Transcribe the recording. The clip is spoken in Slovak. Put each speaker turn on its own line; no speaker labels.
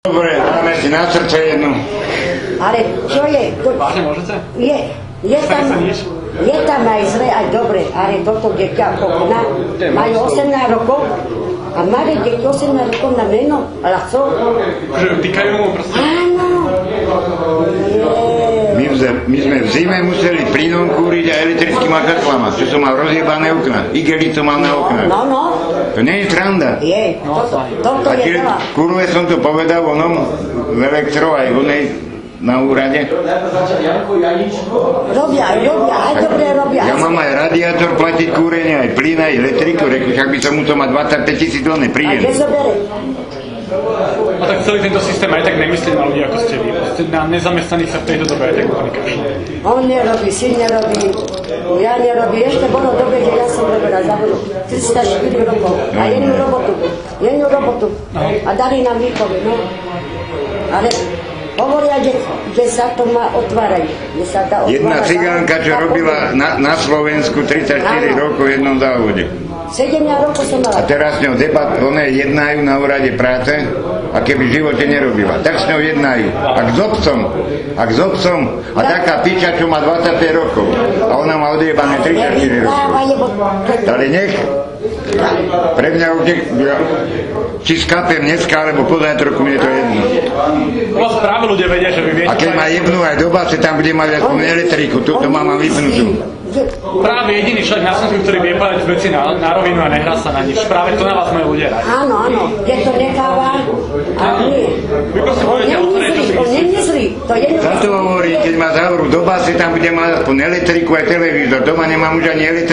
Dobre, dáme si na srdce jednu.
Ale čo je? To,
Vážne môžete?
je, je, tam, je tam aj zle, aj dobre, ale toto deťa pokoná, majú 18 rokov a mali deti 18 rokov na meno, laco.
Že týkajú mu proste.
Áno. Je.
My, v zem- my sme v zime museli plynom kúriť a elektrickými kotlama, čo som mal rozjebané okna. Igelicu mám na oknách.
No, no,
To nie je sranda.
je,
No,
toto, toto
A
je
tie,
veľa.
kurve som to povedal onom v elektro aj onej na úrade.
Robia, robia, aj dobre robia.
Ja mám aj radiátor platiť kúrenie, aj plyn, aj elektriku. Reku, však by som mu to mal 25 tisíc dolne
A kde
príjem.
zobere?
A tak celý tento systém aj tak nemyslí na ľudí ako ste vy. Proste na nezamestnaných sa v tejto dobe aj tak úplne kašle.
On nerobí, syn nerobí, ja nerobím. Ešte bolo dobre, že ja som robila za vodu 304 rokov a jednu robotu, jednu robotu. A dali nám výchove, no. Ale hovoria, kde, kde sa to má otvárať, kde sa dá otvárať.
Jedna cigánka, čo
Tá
robila na, na Slovensku 34 rokov v jednom závode.
povinná. 17 rokov som
A
mala.
teraz s ňou debat, one jednajú na úrade práce, a keby v živote nerobila. Tak s ňou jednajú. A k zobcom. A k zobcom. A taká piča, čo má 25 rokov. A ona má odjebané 34
Nevydáva,
rokov.
lebo...
Ale nech. Pre mňa už nech, ja, či skápem dneska, alebo po zajtroku, mne je to jedno.
U vás práve ľudia vedia, že vy viete.
A keď ma jebnú aj do base, tam bude mať aspoň elektriku, túto mám vypnutú.
Práve jediný človek na Slovensku, ktorý vie povedať veci na, na rovinu a nehrá sa na nič. Práve to na vás majú ľudia radi.
Áno, áno, kde to necháva a nie.
Vy proste
On
poviete otvorene, čo
nemyslí,
si
on
myslíte.
nemyslí, to je
Za to hovorím, keď ma zavrú do basy, tam bude mať aspoň elektriku aj televízor. Doma nemám už ani elektriku.